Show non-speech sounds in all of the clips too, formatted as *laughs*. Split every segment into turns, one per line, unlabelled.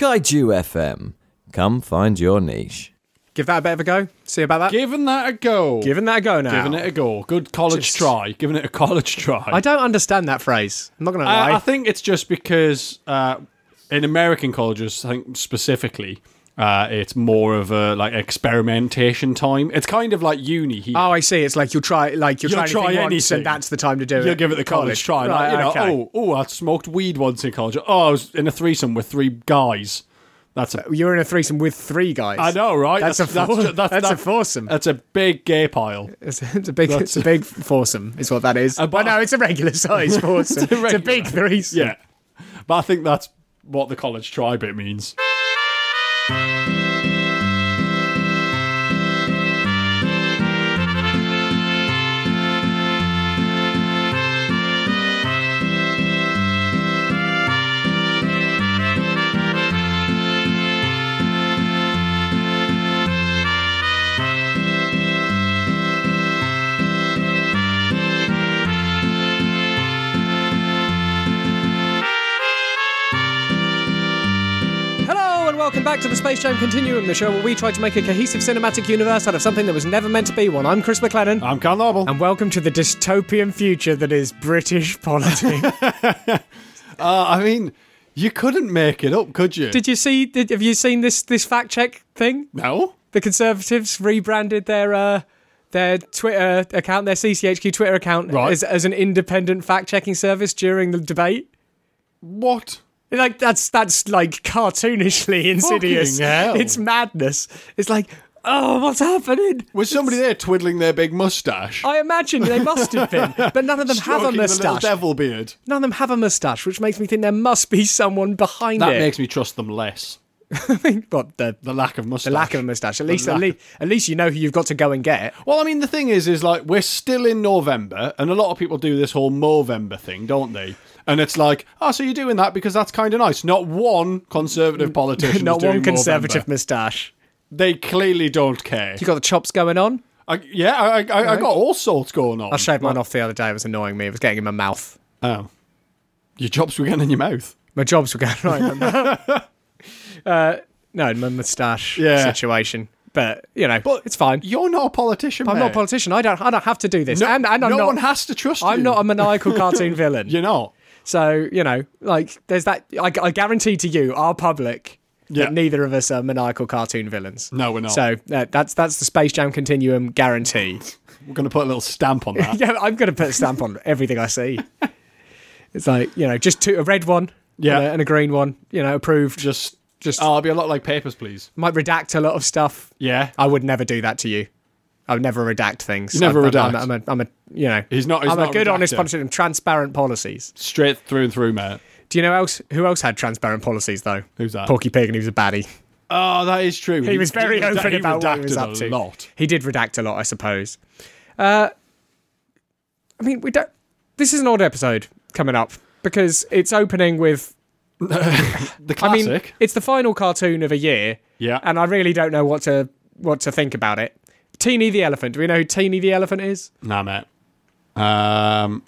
Kaiju FM. Come find your niche.
Give that a bit of a go. See about that.
Giving that a go.
Giving that a go now.
Giving it a go. Good college
Just-
try. Giving it a *laughs* college try.
I don't understand that phrase. I'm not going to lie.
Uh, I, I think it's just because uh, in American colleges, I think specifically, uh, it's more of a like experimentation time. It's kind of like uni here.
oh, I see. It's like you'll try, like you'll,
You'll
try,
try
anything, once,
anything.
and that's the time to do it.
You'll give it the college, try. Like,
Right,
you know,
okay.
oh, oh, I smoked weed once in college. Oh, I was in a threesome with three guys. That's a
You're in a threesome with three guys.
I know, right?
That's, a four, that's, a
that-
foursome.
That's a big gay pile.
It's, it's a big, it's a big foursome, is what that is.
Uh,
Well,
but-
no, it's a regular
*laughs*
size foursome. it's, a
regular-
big threesome.
Yeah, but I think that's what the college try bit means.
Hello and welcome back to the Space Jam Continuum, the show where we try to make a cohesive cinematic universe out of something that was never meant to be one. I'm Chris McLennan.
I'm Cal Noble.
and welcome to the dystopian future that is British *laughs* politics.
Uh, I mean, you couldn't make it up, could you?
did you see? Did, have you seen this this fact check thing?
no.
The Conservatives rebranded their uh, their Twitter account, their CCHQ Twitter account,
Right.
as, as an independent fact checking service during the debate.
What?
Like that's that's like cartoonishly insidious.
Fucking hell.
It's madness. It's like, oh, what's happening?
Was somebody there twiddling their big mustache?
I imagine they must have been, but none of them Oh, have a
Stroking the little
moustache.
devil beard.
None of them have a moustache, which makes me think there must be someone behind
That
it.
makes me trust them less.
*laughs* but the,
The lack of mustache.
the lack of a moustache. At least,
lack
at least, at least you know who you've got to go and
*laughs*
get.
Well, I mean, the thing is, is like we're still in November, and a lot of people do this whole Movember thing, don't they? And it's like, oh, so you're doing that because that's kind of nice. Not
*laughs*
one conservative politician,
Not
is doing
one conservative
Movember.
moustache.
They clearly don't care.
You got the chops going on.
I, yeah, I, I, I got all sorts going on.
I shaved mine off the other day. It was annoying me. It was getting in my mouth.
Oh, your chops were getting in your mouth.
My jobs were going *laughs* right. in my
*laughs*
mouth. uh, no, in my moustache
Yeah.
situation. But you know,
But-
it's fine.
You're not a politician.
I'm
mate.
not a politician. I don't. I don't have to do this.
No,
and, and I'm
no
not.
one has to trust you.
I'm not a
*laughs*
maniacal cartoon villain.
You're not.
So you know, like, there's that. I, I guarantee to you, our public,
Yeah.
that neither of us are maniacal cartoon villains.
No, we're not.
So uh, that's that's the Space Jam continuum
*laughs*
guarantee. *laughs*
We're going to put a little stamp on that.
yeah, I'm going to put a stamp on everything I
*laughs*
see. It's like you know, just two, a red one,
Yeah.
and a, and a green one. You know, approved.
just,
*laughs* Just-
just. Oh, I'll be a lot like papers, please.
Might redact a lot of stuff.
Yeah.
I would never do that to you. I would never redact things.
You never
I'm, I'm-
redact.
I'm, a, I'm a, you know,
He's not- he's
I'm
not
a
a
good, honest
redactor.
puncher and transparent policies.
Straight through and through, mate.
Do you know else? Who else had transparent policies though?
Who's that?
Porky Pig, and he was a baddie.
Oh, that is true.
He was very
reda-
open
he
about what he
redacted
was up
a
to.
Lot.
He did redact a lot, I suppose. Uh, I mean, we don't. This is an odd episode coming up because it's opening with.
The
I
classic.
mean, Uh, it's the final cartoon of a year,
yeah.
and I really don't know what to what to think about it. Teeny the elephant. Do we know who Teeny the elephant is?
nah, mate. Um,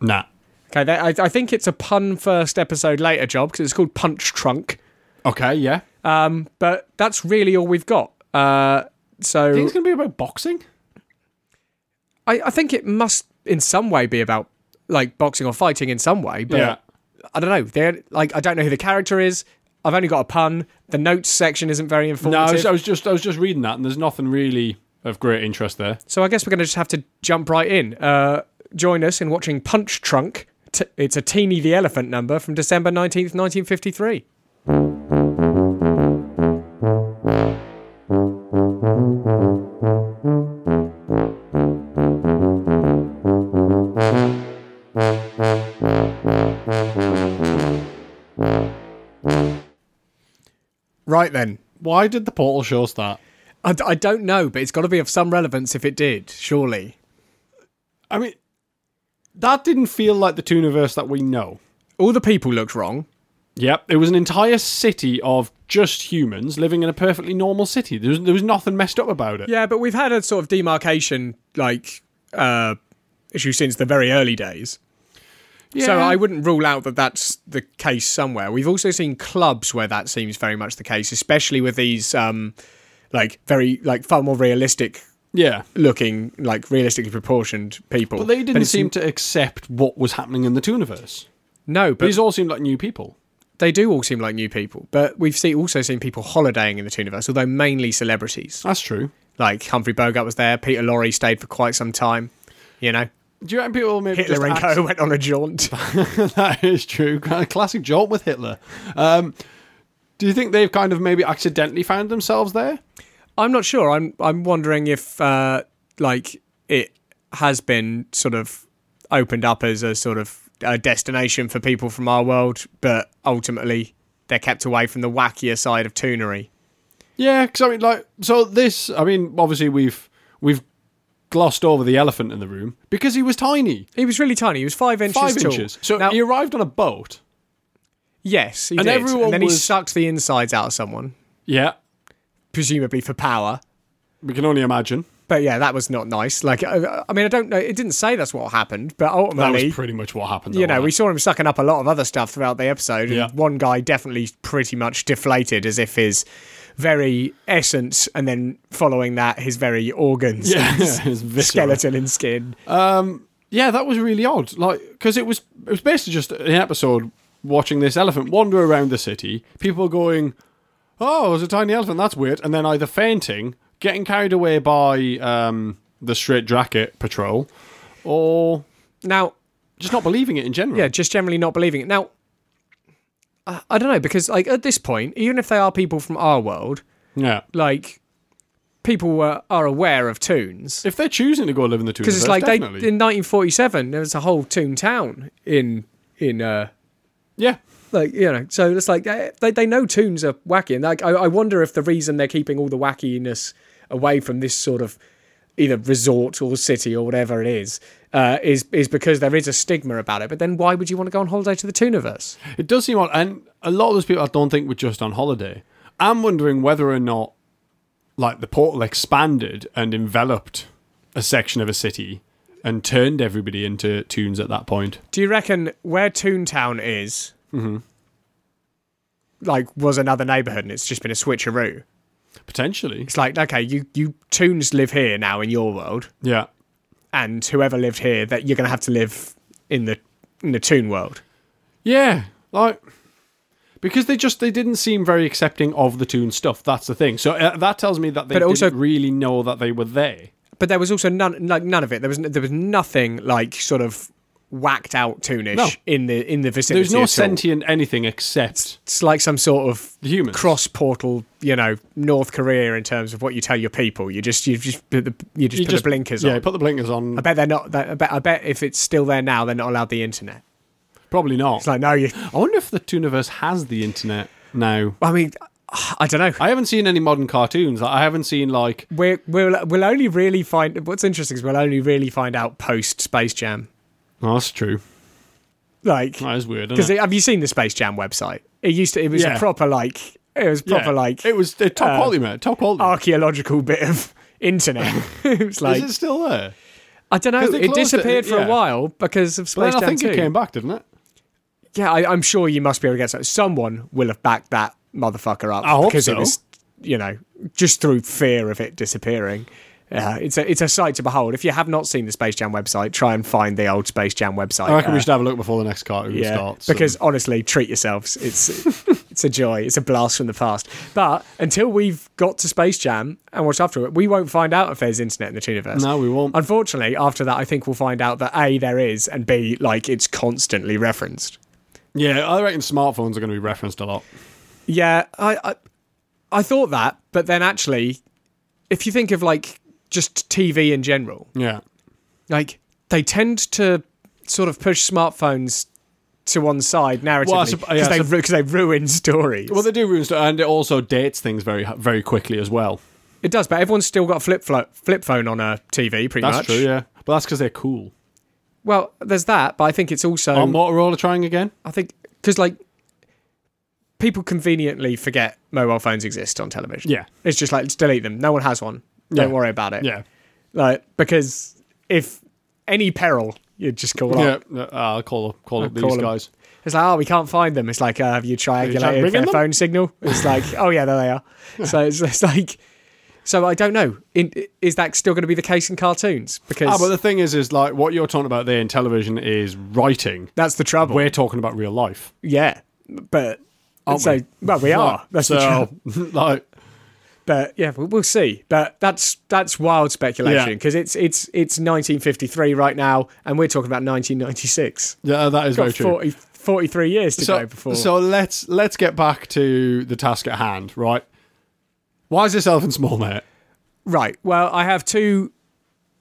nah.
Okay, that, I, I think it's a pun first episode later job because it's called Punch Trunk.
Okay, yeah.
Um, but that's really all we've got. Uh, so
I think it's going to be about boxing.
I, I think it must in some way be about like boxing or fighting in some way, but
Yeah.
I don't know. They're like I don't know who the character is. I've only got a pun. The notes section isn't very
No, I
informative.
was, I was just, I was just reading that, and there's nothing really of great interest there.
so I guess we're going to just have to jump right in. Uh, join us in watching Punch Trunk. T- it's a Teeny the Elephant number from December 19th, 1953. Right then.
Why did the portal show us that?
I, d- I don't know, but it's got to be of some relevance if it did, surely.
I mean, that didn't feel like the Tooniverse that we know.
All the people looked wrong.
Yep, it was an entire city of just humans living in a perfectly normal city. There was, there was nothing messed up about it.
Yeah, but we've had a sort of demarcation like uh, issue since the very early days. So
Yeah.
I wouldn't rule out that that's the case somewhere. We've also seen clubs where that seems very much the case, especially with these um, like very like far more realistic
Yeah.
looking, like realistically proportioned people.
But they didn't
it's-
seem to accept what was happening in the Tooniverse.
no, but
These all seemed like new people.
they do all seem like new people. But we've see, also seen people holidaying in the Tooniverse, although mainly celebrities.
That's true.
Like Humphrey Bogart was there, Peter Lorre stayed for quite some time. You know,
Do you reckon people maybe
Hitler and
just
Co went on a jaunt.
*laughs* that is true. Kind of Classic jolt with Hitler. Um, do you think they've kind of maybe accidentally found themselves there?
*laughs* I'm not sure. I'm I'm wondering if uh, like it has been sort of opened up as a sort of a destination for people from our world, but ultimately they're kept away from the wackier side of Toonery.
Yeah, because I mean, like, so this. I mean, obviously we've we've glossed over the elephant in the room because he was tiny,
He was really tiny. He was five inches
five
tall.
inches. So
now,
he arrived on a boat.
yes, he
and
did.
everyone
and then he
was-
sucked the insides out of someone,
Yeah,
presumably for power.
we can only imagine.
But yeah, that was not nice. Like, I, I mean, I don't know. It didn't say that's what happened, but
That
ultimately,
was pretty much what happened.
you
though,
know, we
wasn't
saw him sucking up a lot of other stuff throughout the episode. And
Oh, Yeah.
One guy definitely pretty much deflated, as if his very essence, and then following that, his very organs, *laughs*
it? *laughs* yeah,
and
it was visceral.
skeleton and skin.
Yeah, that was really odd. Like, because it was it was basically just an episode watching this elephant wander around the city. People going, "Oh, it's a tiny elephant. That's weird," and then either fainting, getting carried away by um, the straight jacket patrol, or
Now,
just not believing it in general.
yeah, just generally not believing it. Now, I, I don't know because like at this point, even if they are people from our world,
yeah.
like people were, are aware of tunes.
If they're choosing to go live in the two,
because it's like
definitely.
they in 1947 there was a whole toon town in in uh
yeah,
like you know so it's like they they, they know tunes are wacky and like I, I wonder if the reason they're keeping all the wackiness away from this sort of either resort or city or whatever it is uh, is is because there is a stigma about it but then why would you want to go on holiday to the Tooniverse
it does seem odd, and a lot of those people I don't think were just on holiday. I'm wondering whether or not, like, the portal expanded and enveloped a section of a city and turned everybody into tunes at that point.
do you reckon where Toontown is like was another neighborhood and it's just been a switcheroo
Potentially,
it's like okay you you Toons live here now in your world
yeah.
and whoever lived here that you're going to have to live in the in the Toon world.
Yeah, like because they just they didn't seem very accepting of the tune stuff. That's the thing. So uh, that tells me that they
But
didn't
also-
really know that they were there.
But there was also none like none of it. There was there was nothing like sort of whacked out Toonish
No.
in the in the vicinity.
There's no
at all.
sentient anything except
It's like some sort of
the humans.
cross portal, you know, North Korea in terms of what you tell your people. You just you just put the you just
You
put
just-
the blinkers
yeah,
on.
put the blinkers on.
I bet they're not. That, I bet I bet if it's still there now, they're not allowed the internet.
Probably not.
It's like no, you.
I wonder if the Tooniverse has the internet now.
I mean, I don't know.
I haven't seen any modern cartoons. I haven't seen like
We're, we'll we'll only really find what's interesting is we'll only really find out post Space Jam.
oh, that's true.
Like
That is weird.
Because
Isn't it?
have you seen the Space Jam website? It used to. It was a
Yeah.
proper like. It was proper
Yeah.
like
it was uh, top
uh,
quality, mate. Top quality.
archaeological bit of internet.
*laughs*
*laughs* it was like
is it still there?
I don't know.
'Cause they
It
closed it,
disappeared for
yeah.
a while because of
But
Space
then I
Jam
think
Two.
it came back, didn't it?
Yeah, I, I'm sure you must be able to get so. Someone will have backed that motherfucker up
I hope
because it
so.
was, you know, just through fear of it disappearing. Uh, it's a it's a sight to behold. If you have not seen the Space Jam website, try and find the old Space Jam website.
I reckon
Uh,
we should have a look before the next cartoon starts.
Because honestly, treat yourselves. It's *laughs* it's a joy. It's a blast from the past. But until we've got to Space Jam and watched after it, we won't find out if there's internet in the Tooniverse.
No, we won't.
Unfortunately, after that, I think we'll find out that a there is, and b like it's constantly referenced.
yeah, I reckon smartphones are going to be referenced a lot.
Yeah, I I, I thought that, but then actually, if you think of like just TV in general,
Yeah,
like they tend to sort of push smartphones to one side
Well, I
narratively
sup-
because
yeah, I
they,
sup-
ru- 'cause they ruin stories.
well, they do ruin stuff, and it also dates things very very quickly as well.
It does, but everyone's still got a flip flo- flip phone on a TV, pretty
That's
much.
true. Yeah, but that's because they're cool.
Well, there's that, but I think it's also
Are Motorola trying again?
I think because like people conveniently forget mobile phones exist on television.
Yeah.
it's just like just delete them. No one has one. Don't
Yeah.
worry about it.
Yeah,
like because if any peril, you'd just call up.
Yeah, no, I'll call up, call up these
call 'em.
guys.
It's like, oh, we can't find them. It's like, uh, have you triangulated
ringing
their
them?
phone signal? It's
*laughs*
like, oh yeah, there they are. So it's, it's like, so I don't know. In, is that still going to be the case in cartoons? Because
Ah, but the thing is, is like what you're talking about there in television is writing.
that's the trouble.
We're talking about real life.
yeah, but so
we?
well, we are. That's the trouble.
so *laughs* like
But yeah, we- we'll see. But that's that's wild speculation
Yeah.
because it's it's it's 1953 right now, and we're talking about 1996.
yeah, that is very
Got
true.
40, 43 years to
so,
go before.
so let's let's get back to the task at hand, right? Why is this elephant small, mate?
right. Well, I have two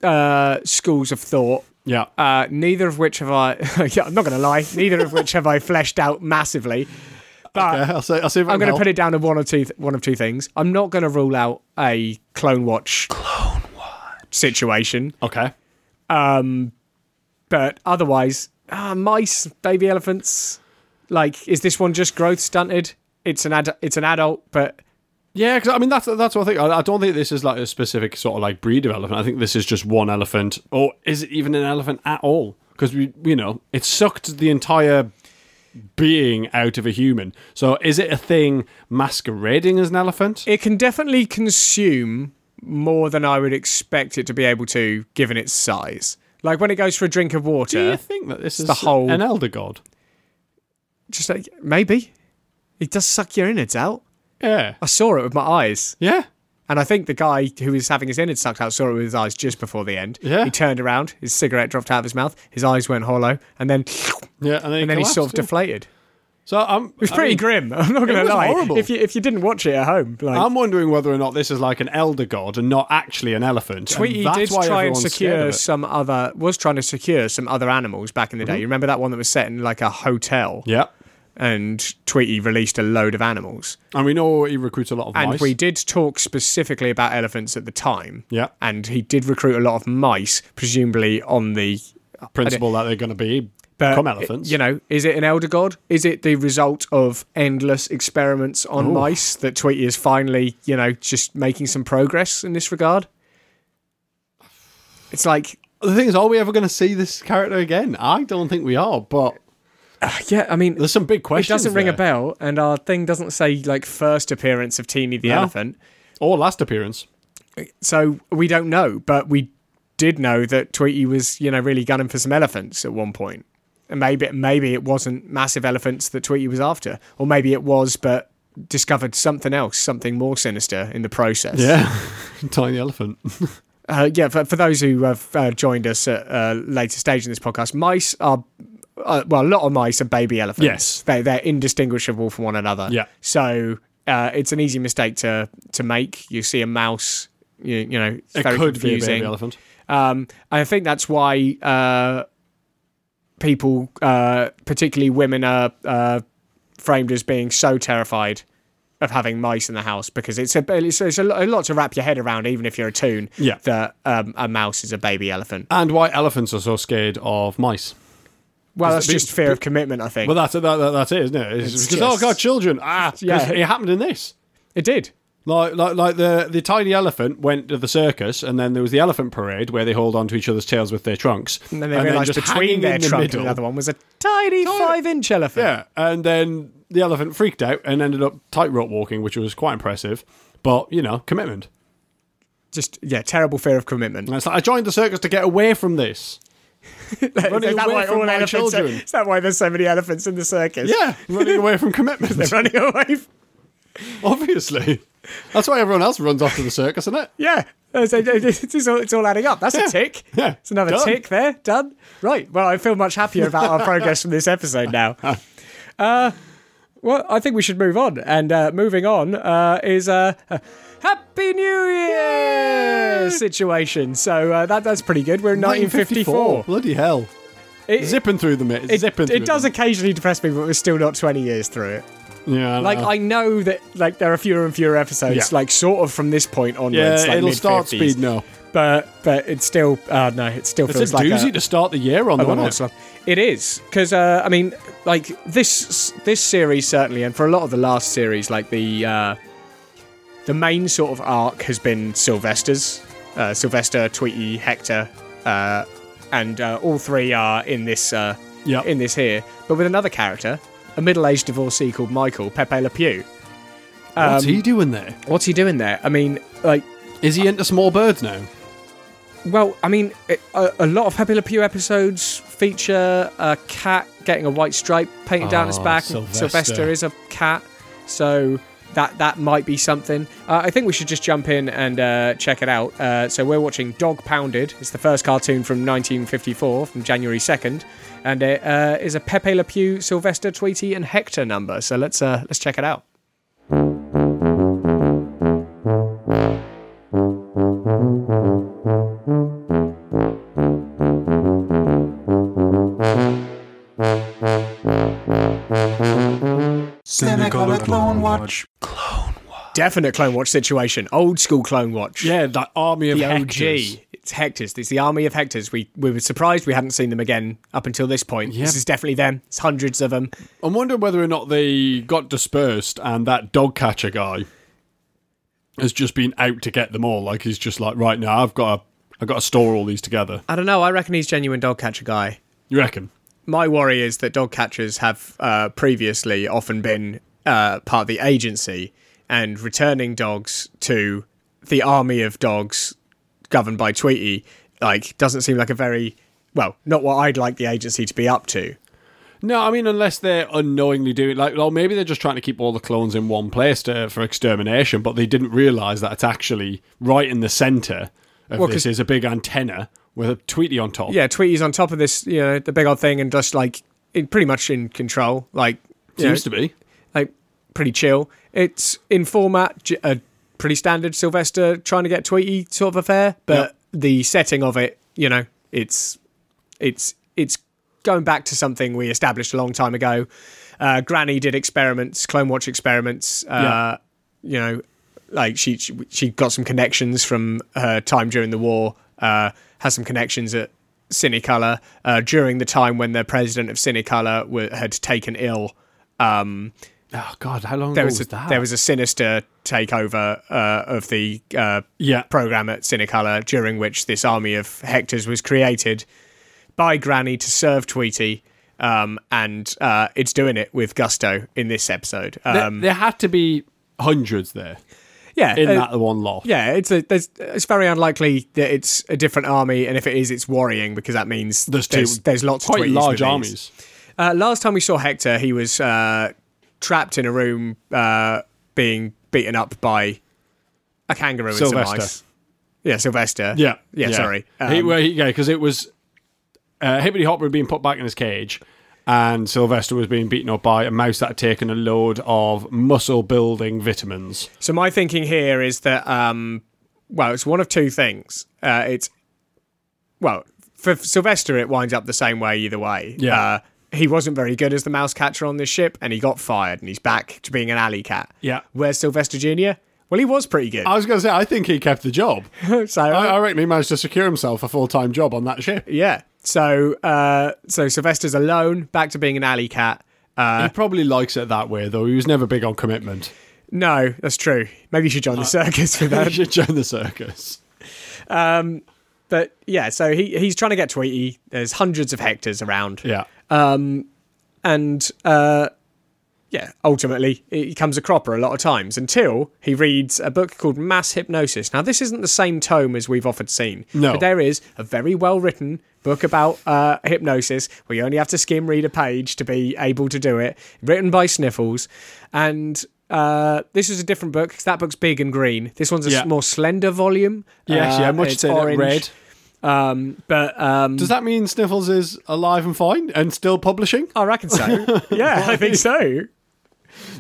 uh, schools of thought.
Yeah,
Uh, neither of which have I. *laughs* yeah, I'm not going to lie. Neither of which have I fleshed out massively. But
yeah. I'll say, I'll see if
I'm going to put
it.
it down to one or two, th- one of two things. I'm not going to rule out a Clone Watch. Clone Watch situation,
Okay,
but otherwise, ah, mice, baby elephants. Like, is this one just growth stunted? It's an ad- It's an adult, but
yeah, because I mean that's that's what I think. I, I don't think this is like a specific sort of like breed of elephant. I think this is just one elephant, or is it even an elephant at all? Because we, you know, it sucked the entire being out of a human. So is it a thing masquerading as an elephant?
it can definitely consume more than I would expect it to be able to, given its size. Like when it goes for a drink of water.
Do you think that this is
the whole-
an elder god?
just like maybe it does suck your innards out.
Yeah,
I saw it with my eyes,
yeah.
and I think the guy who was having his innards sucked out saw it with his eyes just before the end.
Yeah.
he turned around, his cigarette dropped out of his mouth, his eyes went hollow, and then
Yeah, and then,
and then he sort of
collapsed,
deflated.
yeah. so I'm.
It was pretty grim. *laughs* I'm not gonna
was
lie.
horrible. Um,
If you if you didn't watch it at home, like
I'm wondering whether or not this is like an elder god and not actually an elephant. and
Tweety
that's
did
why
try and
everyone's scared
secure
of it.
some other was trying to secure some other animals back in the day. You remember that one that was set in like a hotel,
Mm-hmm. Yeah,
and Tweety released a load of animals.
and we know he recruits a lot of
And
mice.
we did talk specifically about elephants at the time.
yeah,
and he did recruit a lot of mice, presumably on the
principle that they're going to be
but,
become elephants.
You know, is it an elder god? Is it the result of endless experiments on mice that Tweety is finally, you know, just making some progress in this regard? It's like,
the thing is, are we ever going to see this character again? I don't think we are. But
yeah, I mean,
there's some big
it
questions.
doesn't ring a
there.
bell, and our thing doesn't say like first appearance of Teeny the
No.
elephant,
Or last appearance.
so we don't know. But we did know that Tweety was, you know, really gunning for some elephants at one point. And maybe maybe it wasn't massive elephants that Tweety was after, or maybe it was, but discovered something else, something more sinister in the process.
Yeah, *laughs* tiny elephant.
Uh, yeah, for, for those who have uh, joined us at a later stage in this podcast, mice are, uh, well, a lot of mice are baby elephants.
Yes.
They, they're indistinguishable from one another.
Yeah.
So uh, it's an easy mistake to, to make. You see a mouse, you, you know, it's
It
very
could be a
confusing.
baby elephant.
Um, I think that's why uh, people, uh, particularly women, are uh, framed as being so terrified of having mice in the house because it's a it's, it's a, lo- a lot to wrap your head around, even if you're a toon.
Yeah.
That um, a mouse is a baby elephant.
And why elephants are so scared of mice?
Well, that's
be-
just fear of commitment, I think.
Well, that's it. That, that, that's it, isn't it? It's,
It's
because oh
just-
god, children! Ah, 'cause
Yeah.
it happened in this.
it did.
Like, like, like the, the tiny elephant went to the circus, and then there was the elephant parade where they hold on to each other's tails with their trunks.
And then they realised
just
between
hanging
their
in the
trunk
middle.
and another one was a tiny five-inch elephant.
Yeah, and then the elephant freaked out and ended up tightrope walking, which was quite impressive. But, you know, commitment.
Just yeah, terrible fear of commitment.
And it's like, I joined the circus to get away from this. running
*laughs* Is that
away
why
from
all
my
elephants are-
children.
is that why there's so many elephants in the circus? *laughs*
Yeah, *laughs* running away from commitment,
running away. From-
obviously. That's why everyone else runs off to the circus, isn't it?
Yeah. It's, it's- it's all, it's all adding up. That's a tick.
Yeah.
It's another
Done.
tick there. Done. Right. Well, I feel much happier about
*laughs*
our progress from this episode now. Uh, well, I think we should move on. And uh, moving on uh, is uh, a Happy New Year situation. So uh, that, that's pretty good. We're in 1954.
Bloody hell.
It,
Zipping through them, mate.
it,
Zipping through
it does
them.
occasionally depress me, but we're still not 20 years through it.
Yeah,
Like,
know.
I know that like there are fewer and fewer episodes,
Uh. Yeah.
like sort of from this point onwards.
Yeah,
like
it'll start
mid-fifties
speeding up.
but but it's still uh, no, it still
It's
feels
a
like
doozy
a,
to start the year on,
a
though,
one-off
isn't it?
slump. It is because uh, I mean, like this this series certainly, and for a lot of the last series, like the uh, the main sort of arc has been Sylvester's, uh, Sylvester, Tweety, Hector, uh, and uh, all three are in this uh,
Yep.
in this here, but with another character, a middle-aged divorcee called Michael Pepe Le Pew.
What's
um,
he doing there?
What's he doing there? I mean, like,
Is he into small birds now?
well, I mean, it, a, a lot of Pepe Le Pew episodes feature a cat getting a white stripe painted down its
Ah,
back.
Sylvester.
Sylvester is a cat, so that that might be something. Uh, I think we should just jump in and uh, check it out. Uh, so we're watching Dog Pounded. It's the first cartoon from 1954, from January 2nd, and it uh, is a Pepe Le Pew, Sylvester, Tweety, and Hector number. So let's uh, let's check it out.
Cynical at Clone Watch.
Definite Clone Watch situation. Old school Clone Watch.
Yeah, that army of
the
Hectors.
OG. It's Hectors. It's the army of Hectors. We we were surprised we hadn't seen them again up until this point.
Yeah.
This is definitely them. It's hundreds of them.
I'm wondering whether or not they got dispersed and that dog catcher guy has just been out to get them all. Like he's just like, right now, I've got to, I've got to store all these together.
I don't know. I reckon he's genuine dog catcher guy.
You reckon?
My worry is that dog catchers have uh, previously often been uh, part of the agency and returning dogs to the army of dogs governed by Tweety. Like doesn't seem like a very well, not what I'd like the agency to be up to.
No, I mean unless they're unknowingly doing like, well, maybe they're just trying to keep all the clones in one place to, for extermination, but they didn't realise that it's actually right in the centre of
Well,
this
'cause-
is a big antenna with a Tweety on top.
yeah, Tweety's on top of this, you know, the big old thing, and just like in, pretty much in control, like you know,
seems to be.
like pretty chill. It's in format j- a pretty standard Sylvester trying to get Tweety sort of affair, but the setting of it, you know, it's it's it's going back to something we established a long time ago. Uh, Granny did experiments, Clone Watch experiments. Uh, You know, like she she- she got some connections from her time during the war. Uh, has some connections at Cinecolor uh, during the time when the president of Cinecolor wa had taken ill. Um,
Oh God, how long
there
ago
was,
was,
a,
that?
there was a sinister takeover uh, of the uh,
yeah,
program at Cinecolor, during which this army of Hectors was created by Granny to serve Tweety, um, and uh, it's doing it with gusto in this episode.
There-
Um,
there had to be hundreds there
yeah,
in
uh,
that one lot.
yeah, it's a, there's, it's very unlikely that it's a different army, and if it is, it's worrying because that means
There's
there's
two-
there's, lots of
quite
Tweeties with
large
these.
armies.
Uh, last time we saw Hector, he was uh, trapped in a room uh, being beaten up by a kangaroo and
Sylvester.
some mice. Yeah, Sylvester.
Yeah,
Yeah, sorry.
he,
Um,
well, he, yeah, because it was uh, Hibbity Hopper had been put back in his cage, and Sylvester was being beaten up by a mouse that had taken a load of muscle building vitamins.
So my thinking here is that, um, well, it's one of two things. Uh, it's, well, for Sylvester, it winds up the same way either way.
Yeah.
Uh, he wasn't very good as the mouse catcher on this ship, and he got fired, and he's back to being an alley cat.
Yeah.
Where's Sylvester Jr.? Well, he was pretty good.
I was going to say, I think he kept the *laughs* job.
so
I, I reckon he managed to secure himself a full time job on that ship.
Yeah. So uh, so Sylvester's alone, back to being an alley cat.
he probably likes it that way, though. He was never big on *laughs* commitment.
No, that's true. Maybe you should join the circus for
He *laughs*
that.
should join the circus.
But yeah, so he he's trying to get Tweety. There's hundreds of hectares around,
Yeah.
and uh, yeah, ultimately he comes a cropper a lot of times until he reads a book called Mass Hypnosis. Now this isn't the same tome as we've often seen.
No.
but there is a very well written book about uh, hypnosis where you only have to skim read a page to be able to do it. Written by Sniffles, and uh, this is a different book 'cause that book's big and green. This one's a s-
Yeah.
more slender volume.
Yes,
Uh,
yeah, much
it's
thinner,
orange.
red.
Um, but um,
Does that mean Sniffles is alive and fine and still publishing?
oh, I reckon
*laughs*
so. yeah, I think so.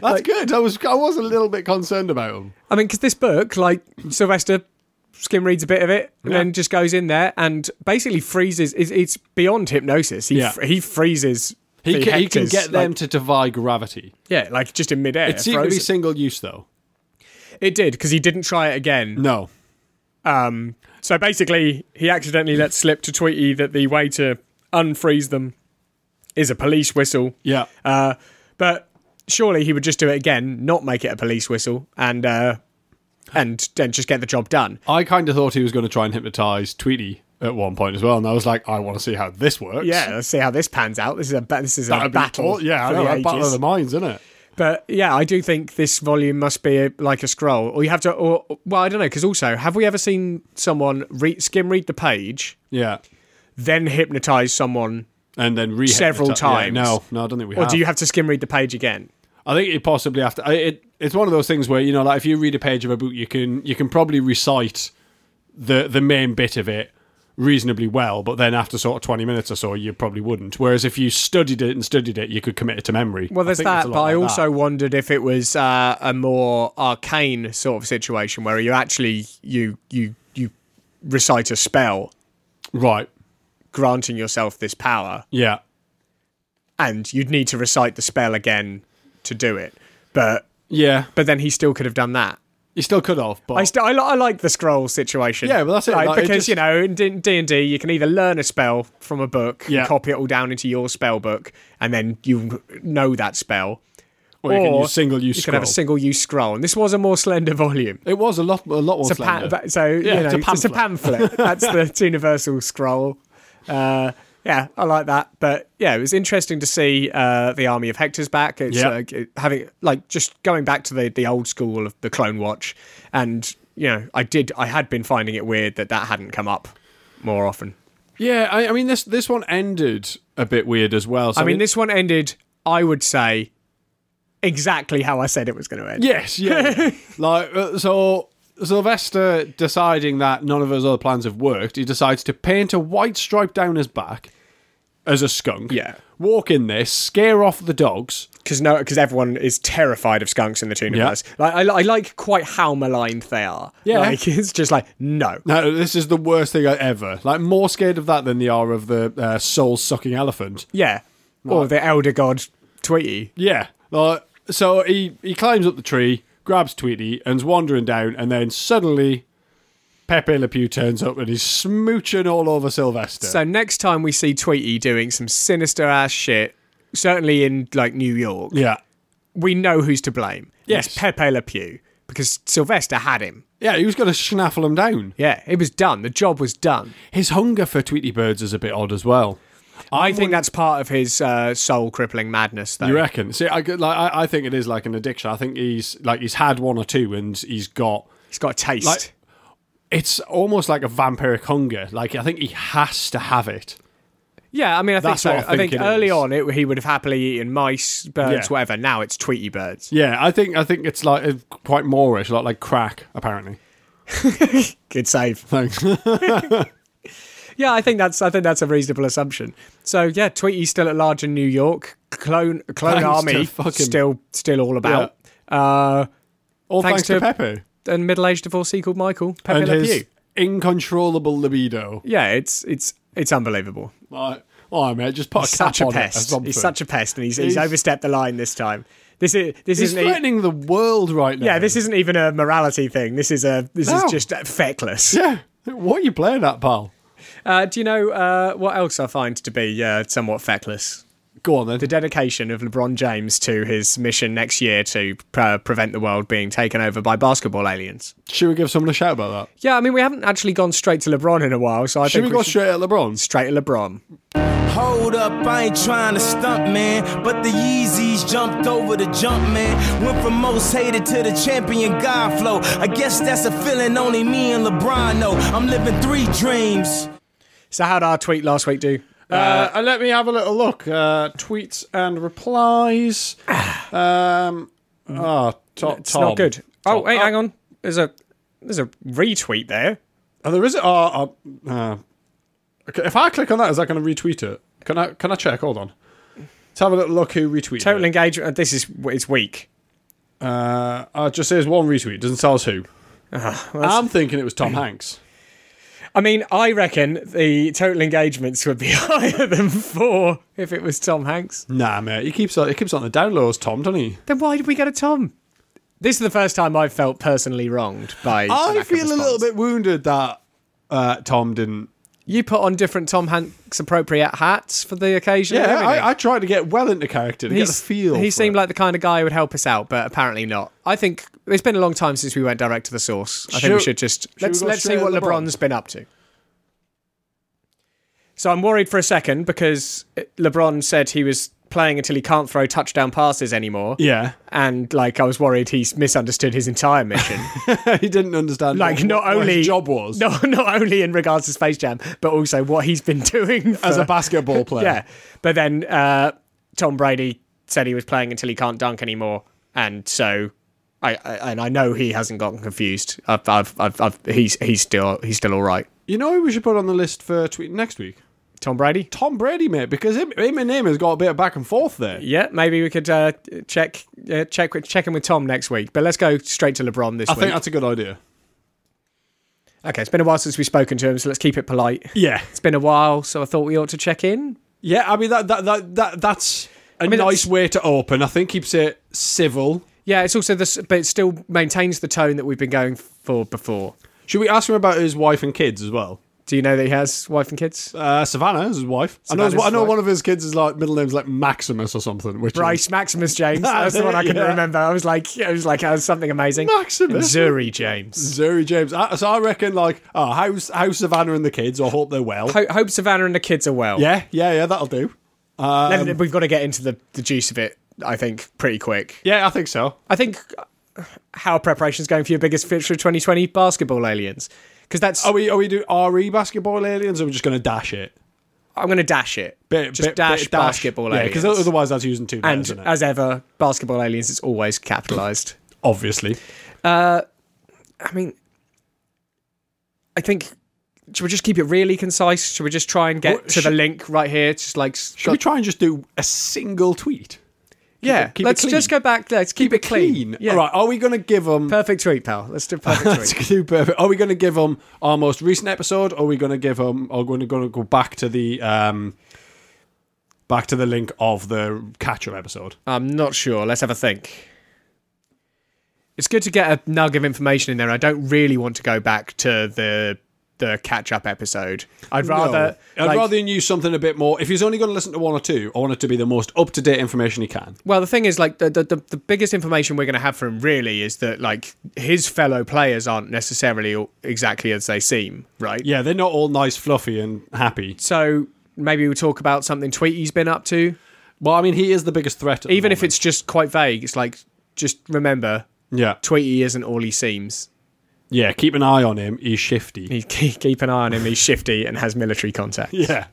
That's good. I was I was a little bit concerned about him.
I mean, because this book, like Sylvester skim reads a bit of it and
Yeah.
then just goes in there and basically freezes. It's, it's beyond hypnosis. He
Yeah.
fr- he freezes.
He
the
can, he can
Hectors,
get them
like-
to defy gravity.
yeah, like just in midair.
It's secretly
frozen.
single use, though.
it did because he didn't try it again.
No.
So basically, he accidentally let slip to Tweety that the way to unfreeze them is a police whistle.
Yeah.
Uh, but surely he would just do it again, not make it a police whistle, and uh, and then just get the job done.
I kind of thought he was going to try and hypnotize Tweety at one point as well, and I was like, I want to see how this works.
Yeah, let's see how this pans out. This is a ba- this is
that
a
would
battle.
Be, aw- yeah, I
for
know,
the
a battle of
ages.
the minds, isn't it?
But yeah, I do think this volume must be a, like a scroll, or you have to, or well, I don't know, because also, have we ever seen someone re- skim read the page,
Yeah,
then hypnotize someone,
and then re
Several times.
no, no, I don't think we
or
have.
do you have to skim read the page again?
I think you possibly have to. I- It, it's one of those things where you know, like if you read a page of a book, you can you can probably recite the the main bit of it reasonably well, but then after sort of twenty minutes or so, you probably wouldn't. Whereas if you studied it and studied it, you could commit it to memory.
Well,
I
there's
think it's
that,
a
but
lot
I
like
also
that.
wondered if it was uh, a more arcane sort of situation where you actually you you you recite a spell
right,
granting yourself this power,
yeah,
and you'd need to recite the spell again to do it. But
yeah,
but then he still could have done that.
you still could have, but
I, st- I, li- I like the scroll situation.
Yeah, well, that's it,
Like,
like, it
because
just-
you know, in D and D, you can either learn a spell from a book, and
Yeah.
copy it all down into your spell book, and then you know that spell,
or you can
or
use single use.
you can have a single use scroll. And this was a more slender *laughs* volume.
It was a lot, a lot more.
It's a pa-
slender.
but- so
Yeah,
you know,
it's a
it's a pamphlet. *laughs* That's the universal scroll. Uh, yeah, I like that. But yeah, it was interesting to see uh, the army of Hector's back. It's
Yeah.
uh, g- having like just going back to the the old school of the Clone Watch, and you know, I did I had been finding it weird that that hadn't come up more often.
yeah, I, I mean this this one ended a bit weird as well. So
I mean, this one ended, I would say, exactly how I said it was going to end.
Yes, yeah. yeah. like uh, so Sylvester deciding that none of his other plans have worked, he decides to paint a white stripe down his back as a skunk.
Yeah.
Walk in this, scare off the dogs.
because no, because everyone is terrified of skunks in the tuna verse. Like, I, I like quite how maligned they are.
Yeah.
like, *laughs* it's just like no.
No, this is the worst thing I ever. Like more scared of that than they are of the uh, soul sucking elephant.
Yeah, or the elder god Tweety.
Yeah. Like so he he climbs up the tree, grabs Tweety, and's wandering down, and then suddenly Pepe Le Pew turns up and he's smooching all over Sylvester.
So next time we see Tweety doing some sinister ass shit, certainly in like New York,
yeah.
we know who's to blame.
Yes.
it's Pepe Le Pew because Sylvester had him.
Yeah, he was going to schnaffle him down.
Yeah, it was done. The job was done.
His hunger for Tweety Birds is a bit odd as well.
I think that's part of his uh, soul crippling madness, though.
You reckon? See, I, could- like, I, I think it is like an addiction. I think he's like he's had one or two, and he's got.
He's got a taste.
Like- It's almost like a vampiric hunger. Like I think he has to have it.
Yeah, I mean, I think
That's
so.
what I
I think,
think it
early
is.
on, it, he would have happily eaten mice, birds,
Yeah.
whatever. Now it's Tweety birds.
Yeah, I think I think it's like it's quite Moorish, like like crack. Apparently,
Good save.
thanks.
Yeah, I think that's I think that's a reasonable assumption. So yeah, Tweety's still at large in New York. Clone Clone
Thanks
Army
to fucking-
still still all about. Uh,
*laughs* All
Thanks
thanks, to,
to
Pepe
and middle aged divorcee called Michael Pepe
and
Le
his
Pew.
incontrollable libido.
Yeah, it's it's it's unbelievable.
Like, oh mate, just put
He's
a cap
such a
on it or
pest.
something.
He's such a pest, and he's, he's
He's-
overstepped the line this time. This is this
He's
isn't. e-
threatening the world right now.
yeah, this isn't even a morality thing. This is a this
No.
is just feckless.
*laughs* Yeah, what are you playing at, pal?
Uh, do you know uh, what else I find to be uh, somewhat feckless?
Go on then.
The dedication of LeBron James to his mission next year to uh, prevent the world being taken over by basketball aliens.
Should we give someone a shout about that?
Yeah, I mean, we haven't actually gone straight to LeBron in a while, so I
Should
think
we
we
go
should-
straight at LeBron?
straight to LeBron.
Hold up, I ain't trying to stunt, man. But the Yeezys jumped over the jump, man. Went from most hated to the champion God flow. I guess that's a feeling only me and LeBron know. I'm living three dreams.
So, how did our tweet last week do?
Uh, and let me have a little look. Uh, tweets and replies. *sighs* um, oh, to-
It's
Tom.
not good. Oh,
Tom.
wait, hang on. There's a there's a retweet there.
Oh, there is. Oh, oh, uh, okay, if I click on that, is that going to retweet it? Can I? Can I check? Hold on. Let's have a little look who retweeted.
Total
it.
engagement. This is it's weak.
Uh, oh, it just says one retweet. Doesn't tell
*laughs*
us who.
Ah,
I'm thinking it was Tom Hanks.
I mean, I reckon the total engagements would be *laughs* higher than four if it was Tom Hanks.
*clears throat* Nah, mate. He keeps on. He keeps on the down lows, Tom, doesn't he?
Then why did we get a Tom? This is the first time I've felt personally wronged by. the lack
I
of
feel a little
response.
bit wounded that uh, Tom didn't.
You put on different Tom Hanks appropriate hats for the occasion. and
Yeah,
everything.
I, I tried to get well into character to get a
He's-
feel.
He
for
seemed
it.
like the kind of guy who would help us out, but apparently not. I think it's been a long time since we went direct to the source. I think we
Should-
should just
we
let's
go
let's see
straight
what
at LeBron?
LeBron's been up to. So I'm worried for a second because LeBron said he was playing until he can't throw touchdown passes anymore.
Yeah, *laughs*
And like I was worried he misunderstood his entire mission.
he didn't understand.
Like
what-
not
what
only
his job was
no, *laughs* not only in regards to Space Jam, but also what he's been *laughs* doing for,
as a *laughs* basketball player.
yeah. But then uh, Tom Brady said he was playing until he can't dunk anymore, and so I, I and I know he hasn't gotten confused. I've, I've, I've, I've he's he's still he's still all right.
You know who we should put on the list for tweet next week?
Tom Brady.
Tom Brady, mate, because him, him and him has got a bit of back and forth there.
Yeah, maybe we could uh, check uh, check with- check in with Tom next week. But let's go straight to LeBron this
I
week.
think that's a good idea.
okay, it's been a while since we've spoken to him, so let's keep it polite.
Yeah,
It's been a while, so I thought we ought to check in.
yeah. I mean that that that, that that's a
mean,
nice
that's-
way to open. I think keeps it civil.
Yeah, it's also this, but it still maintains the tone that we've been going for before.
Should we ask him about his wife and kids as well?
Do you know that he has wife and kids?
Uh, Savannah is his wife. I know. His,
Savannah's
I know
wife.
one of his kids is like middle name's like Maximus or something. Which is,
Bryce Maximus
*laughs*
James. That's the one I couldn't
Yeah.
remember. I was like, I was like, oh, something amazing.
Maximus.
Missouri James.
Zuri James. I, so I reckon like oh, how's how's Savannah and the kids? I hope they're well.
Ho- hope Savannah and the kids are well.
yeah, Um, yeah, yeah. That'll do.
Then we've got to get into the, the juice of it. I think pretty quick.
Yeah, I think so.
I think uh, how are preparations going for your biggest feature of 2020 basketball aliens because that's
Are we are we do re basketball aliens? Or are we just gonna dash it?
I'm going to dash it.
Bit-
Just
bit-
dash
bit
basketball
Yeah,
aliens.
because otherwise that's using two.
and
letters, isn't it?
as ever, basketball aliens is always capitalized.
obviously,
I mean, I think. Should we just keep it really concise? Should we just try and get
Well,
to the
sh-
link right here? Just like s-
should we try and just do a single tweet?
yeah.
keep it
let's
clean.
just go back. Let's keep, it clean. Yeah.
All right. Are we gonna give them?
Perfect tweet, pal. Let's do
*laughs*
perfect
That's
tweet.
too perfect. Are we going to give them our most recent episode? Or are we going to give them? Are we going to, going to go back to the um, back to the link of the catch-up episode?
I'm not sure. Let's have a think. It's good to get a nug of information in there. I don't really want to go back to the the catch up episode. I'd rather
No. I'd
like-
rather you knew something a bit more. If he's only going to listen to one or two, I want it to be the most up-to-date information he can.
Well, the thing is, like the the, the, the biggest information we're going to have from him really is that like his fellow players aren't necessarily all- exactly as they seem, right?
Yeah, they're not all nice, fluffy, and happy.
So maybe we talk about something Tweety's been up to,
Well, I mean, he is the biggest threat. At the
even if
moment.
it's just quite vague. It's like just remember,
yeah,
Tweety isn't all he seems.
yeah, keep an eye on him. He's shifty.
He, *laughs* keep an eye on him. He's shifty and has military contacts.
yeah,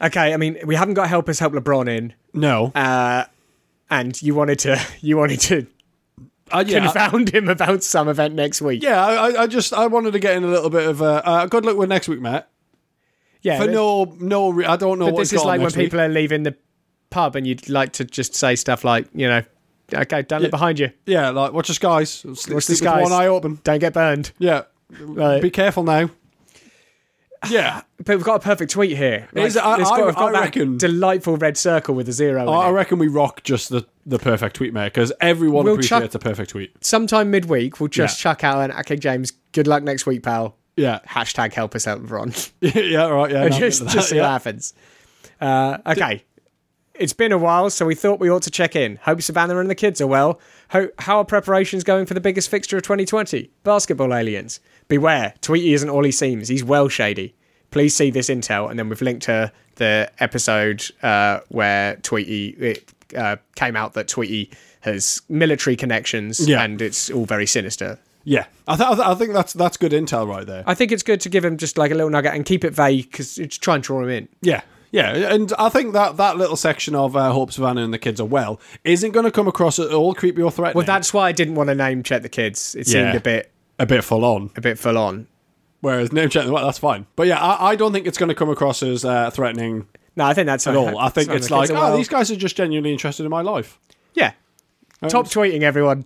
Okay, I mean we haven't got help us help LeBron in,
no,
uh, and you wanted to *laughs* you wanted to
Uh, yeah, I-
confound him about some event next week.
yeah. I, I- I just I wanted to get in a little bit of uh, uh, good luck with next week, Matt.
yeah.
For
that-
no, no, re- I don't know.
But
what's
this is
gone
like when
next week.
people are leaving the pub and you'd like to just say stuff like, you know, okay, don't look behind you.
Yeah, like watch the skies.
the
Sleep, sleep with
skies.
One eye open.
Don't get burned.
Yeah,
Like-
be careful
*sighs*
now. Yeah,
But we've got a perfect tweet here.
Is- I-
it's
I-
got- we've got
I
that
reckon-
delightful red circle with a zero.
Oh, I I
in it.
reckon we rock just the the perfect tweet, mate, because everyone
We'll chuck-
appreciates a perfect tweet.
Sometime midweek, we'll just
Yeah.
chuck out an okay, James. Good luck next week, pal.
Yeah, *laughs*
Hashtag help us out, *laughs* LeBron.
yeah, all right, yeah. no,
*laughs*
I'm
just,
into
just
that,
see what
yeah.
happens. Uh, okay. It's been a while, so we thought we ought to check in. Hope Savannah and the kids are well. Ho- how are preparations going for the biggest fixture of 2020? Basketball aliens. Beware, Tweety isn't all he seems. He's well shady. Please see this intel. And then we've linked to the episode uh, where Tweety it uh, came out that Tweety has military connections,
Yeah.
and it's all very sinister.
Yeah, I, th- I, th- I think that's that's good intel right there.
I think it's good to give him just like a little nugget and keep it vague because try and draw him in.
Yeah. Yeah, and I think that that little section of uh, Hope Savannah and the kids are well isn't going to come across at all creepy or threatening.
Well, that's why I didn't want to name check the kids. It
Yeah.
seemed a bit
a bit full on.
a bit full on.
Whereas name check, well, that's fine. But yeah, I, I don't think it's going to come across as uh, threatening
No, I think that's
at all. I think
Some of
it's
the kids
like,
are
oh,
well-
these guys Oh, are just genuinely interested in my life.
yeah, top tweeting everyone.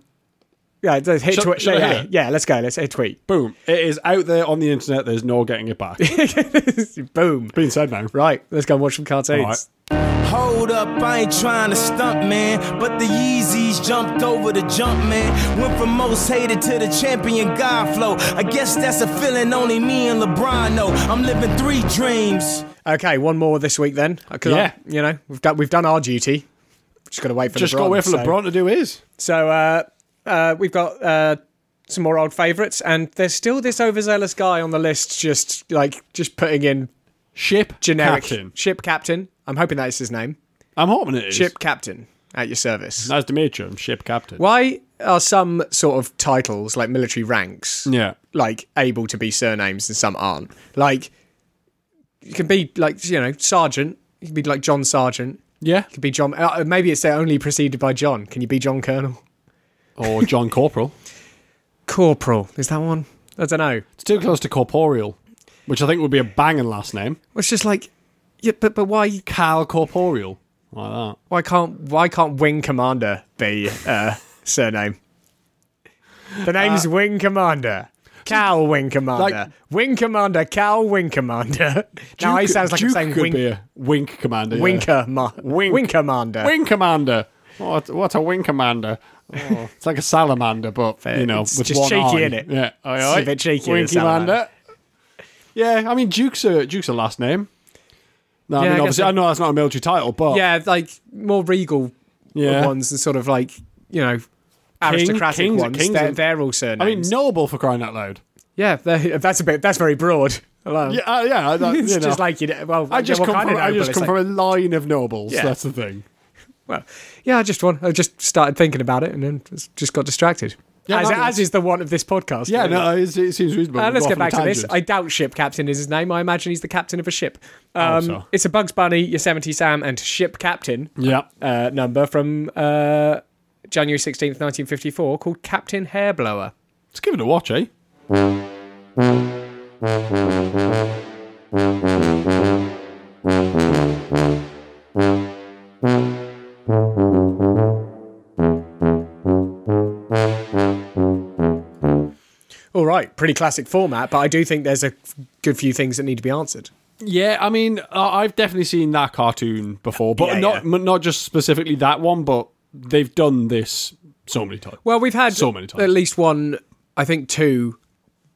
Yeah, let's hit
Shall-
tweet.
shall I
yeah,
hit it?
yeah, let's go. Let's hit tweet. *laughs*
Boom! It is out there on the internet. There's no getting it back.
Boom.
Being said now,
Right, let's go and watch some
All right.
cartoons.
Hold up, I ain't trying to stunt, man. But the Yeezys jumped over the jump, man. Went from most hated to the champion God flow. I guess that's a feeling only me and LeBron know. I'm living three dreams.
Okay, one more this week then. 'cause I-
Yeah.
you know we've done we've done our duty. Just got to wait for
just
LeBron,
got away from
so-
LeBron to do his.
So uh, uh, we've got uh, some more old favourites, and there's still this overzealous guy on the list, just like just putting in
Ship
generic
Captain.
ship captain. I'm hoping that is his name.
I'm hoping it is.
Ship captain at your service.
Nice to meet you. I'm ship captain.
Why are some sort of titles like military ranks
Yeah.
like able to be surnames and some aren't? Like you can be like you know sergeant. You can be like John Sergeant.
Yeah.
You could be John. Uh, maybe it's only preceded by John. Can you be John Colonel?
Or John Corporal.
Corporal is that one? I don't know.
It's too close to corporeal, which I think would be a banging last name.
It's just like yeah, but but why
Cal Corporeal. Like that.
why can't why can't Wing Commander be uh, surname? The name's Wing Commander. Cal Wing Commander.
Uh, like-
Wing Commander. Cal Wing Commander. *laughs* now he
Duke-
sounds like I'm
Duke
saying
could
Wing
be a Wink Commander. yeah.
Winker Ma- Wing, Commander.
*laughs* Wing Commander. What, what's a Wing Commander? Oh, it's like a salamander, but you know,
It's
with
just
one
cheeky,
eye.
innit?
Yeah, aye,
It's a
aye.
bit cheeky,
Wing
the salamander.
Commander. Yeah, I mean Duke's a Duke's a last name. No,
Yeah,
I
I
mean
guess
obviously
that-
I know that's not a military title, but
Yeah, like more regal
yeah.
ones and sort of like you know aristocratic
kings-
ones.
kings
they're,
and-
they're all surnames.
I mean noble for crying
*laughs*
out loud.
yeah, they're- that's a bit. That's very broad. Hello.
Yeah, uh, yeah. I- that-
*laughs* It's
you know.
just like you. know, Well,
I just
what
come
kind
from
of
I
noble?
just
It's
come
like-
from a line of nobles.
Yeah.
That's the thing.
Well, yeah, I just want. I just started thinking about it and then just got distracted.
Yeah,
as,
that
as
makes-
is the want of this podcast.
Yeah,
really.
no, it's, it seems reasonable.
Uh, let's get
We've gone
back
from
to this.
tangent.
I doubt ship captain is his name. I imagine he's the captain of a ship. Um,
so.
It's a Bugs Bunny, Yosemite Sam, and ship captain
yeah,
uh, number from uh, January sixteenth, nineteen fifty-four, called Captain Hairblower.
let's give it a watch, eh?
All right, pretty classic format, but I do think there's a f- good few things that need to be answered.
Yeah, I mean, uh, I've definitely seen that cartoon before, but
Yeah,
not
yeah.
m not just specifically that one, but they've done this so many times.
Well, we've had
So many times.
at least one, I think two,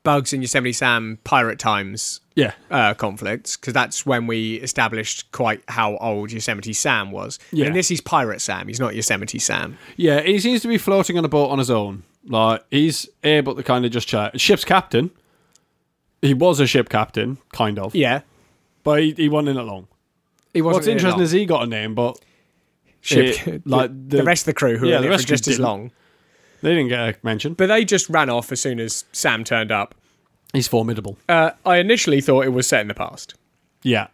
Bugs and Yosemite Sam pirate times
yeah,
uh, conflicts because that's when we established quite how old Yosemite Sam was.
Yeah.
And this he's Pirate Sam. He's not Yosemite Sam.
yeah, he seems to be floating on a boat on his own. Like he's able to kind of just chat. Ship's captain. He was a ship captain, kind of,
Yeah.
but he, he wasn't in it long.
He wasn't
What's interesting is he got a name, but
*laughs* ship,
it-
like
like
the,
the-
rest of the crew who
yeah,
were in it
the
for
rest of
just
them
as
didn't.
long.
they didn't get a mention.
But they just ran off as soon as Sam turned up.
He's formidable.
Uh, I initially thought it was set in the past
yeah,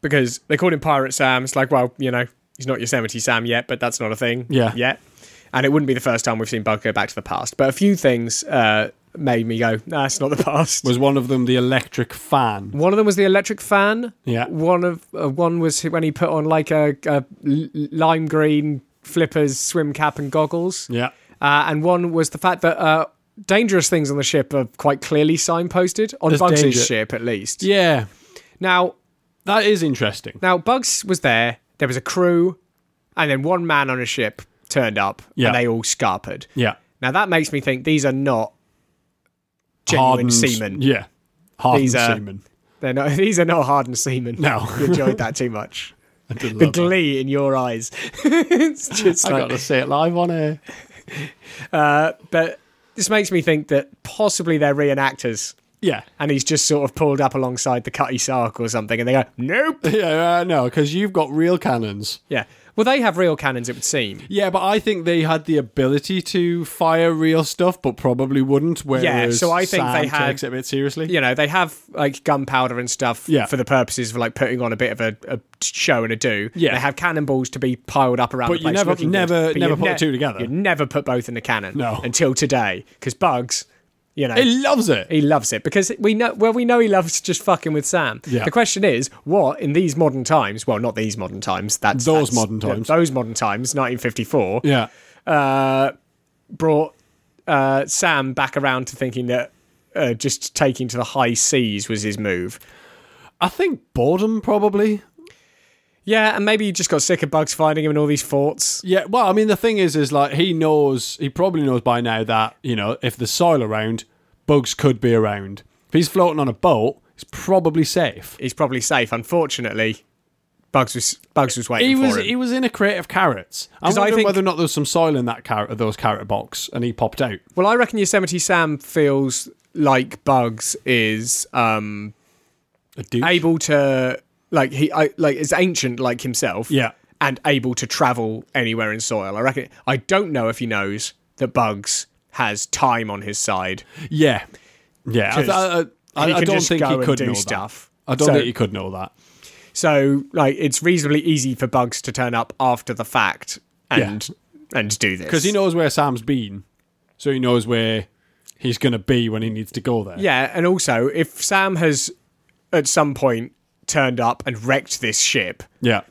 because they called him Pirate Sam. It's like, well, you know, he's not Yosemite Sam yet, but that's not a thing
Yeah.
yet. And it wouldn't be the first time we've seen Bug go back to the past. But a few things uh, made me go, nah, it's not the *laughs* past.
was one of them the electric fan.
One of them was the electric fan.
Yeah.
One of uh, one was when he put on like a, a l- lime green flippers, swim cap, and goggles.
Yeah,
Uh, and one was the fact that uh, dangerous things on the ship are quite clearly signposted on
There's
Bugs'
danger.
ship, at least.
yeah,
Now,
that is interesting.
now Bugs was there. There was a crew, and then one man on a ship turned up,
Yeah.
and they all scarpered.
Yeah,
Now that makes me think these are not genuine
Hardened-
seamen.
Yeah, hardened
These uh, are-
seamen.
They're not. *laughs* These are not hardened seamen.
No.
you enjoyed that too
*laughs*
much.
I did
the
love that.
glee in your eyes. *laughs* it's just
I
like-
got to say it live on air.
Uh, but this makes me think that possibly they're reenactors,
Yeah.
and he's just sort of pulled up alongside the Cutty Sark or something, and they go, "Nope."
Yeah, uh, no, because you've got real cannons.
Yeah. Well, they have real cannons, it would seem.
Yeah, but I think they had the ability to fire real stuff, but probably wouldn't. Whereas
so I think
Sam
they had-
takes it a bit seriously.
You know, they have like gunpowder and stuff
Yeah.
for the purposes of like putting on a bit of a, a show and a do.
Yeah.
They have cannonballs to be piled up around.
But
the
you
place
never-
looking good.
never-
But
never
you
put the two together.
You never put both in the cannon.
No.
until today, because Bugs, you know,
he loves it.
He loves it because we know. Well, we know he loves just fucking with Sam.
Yeah.
The question is, what in these modern times? Well, not these modern times. That's
Those
that's-
modern times.
Those modern times. 1954
yeah,
brought uh, Sam back around to thinking that uh, just taking to the high seas was his move.
I think boredom probably.
Yeah, and maybe he just got sick of Bugs finding him in all these forts.
Yeah, well, I mean, the thing is, is like he knows, he probably knows by now that you know if there's soil around, bugs could be around. If he's floating on a boat, he's probably safe.
He's probably safe. Unfortunately, Bugs was Bugs was waiting
He was
for him.
he was in a crate of carrots. I'm
'Cause I
wondering
think-
whether or not there was some soil in that carrot, those carrot box, and he popped out.
Well, I reckon Yosemite Sam feels like Bugs is um,
A douche.
able to like he I, like is ancient like himself.
Yeah.
And able to travel anywhere in soil. I reckon I don't know if he knows that Bugs has time on his side.
yeah, yeah. I,
'Cause
I, I, I
he can
don't
just
think
go
he
and
could
do
know
stuff.
That. I don't
So-
think he could know that.
So like it's reasonably easy for Bugs to turn up after the fact and and do this.
because he knows where Sam's been, so he knows where he's going to be when he needs to go there.
Yeah, and also if Sam has at some point turned up and wrecked this ship,
yeah,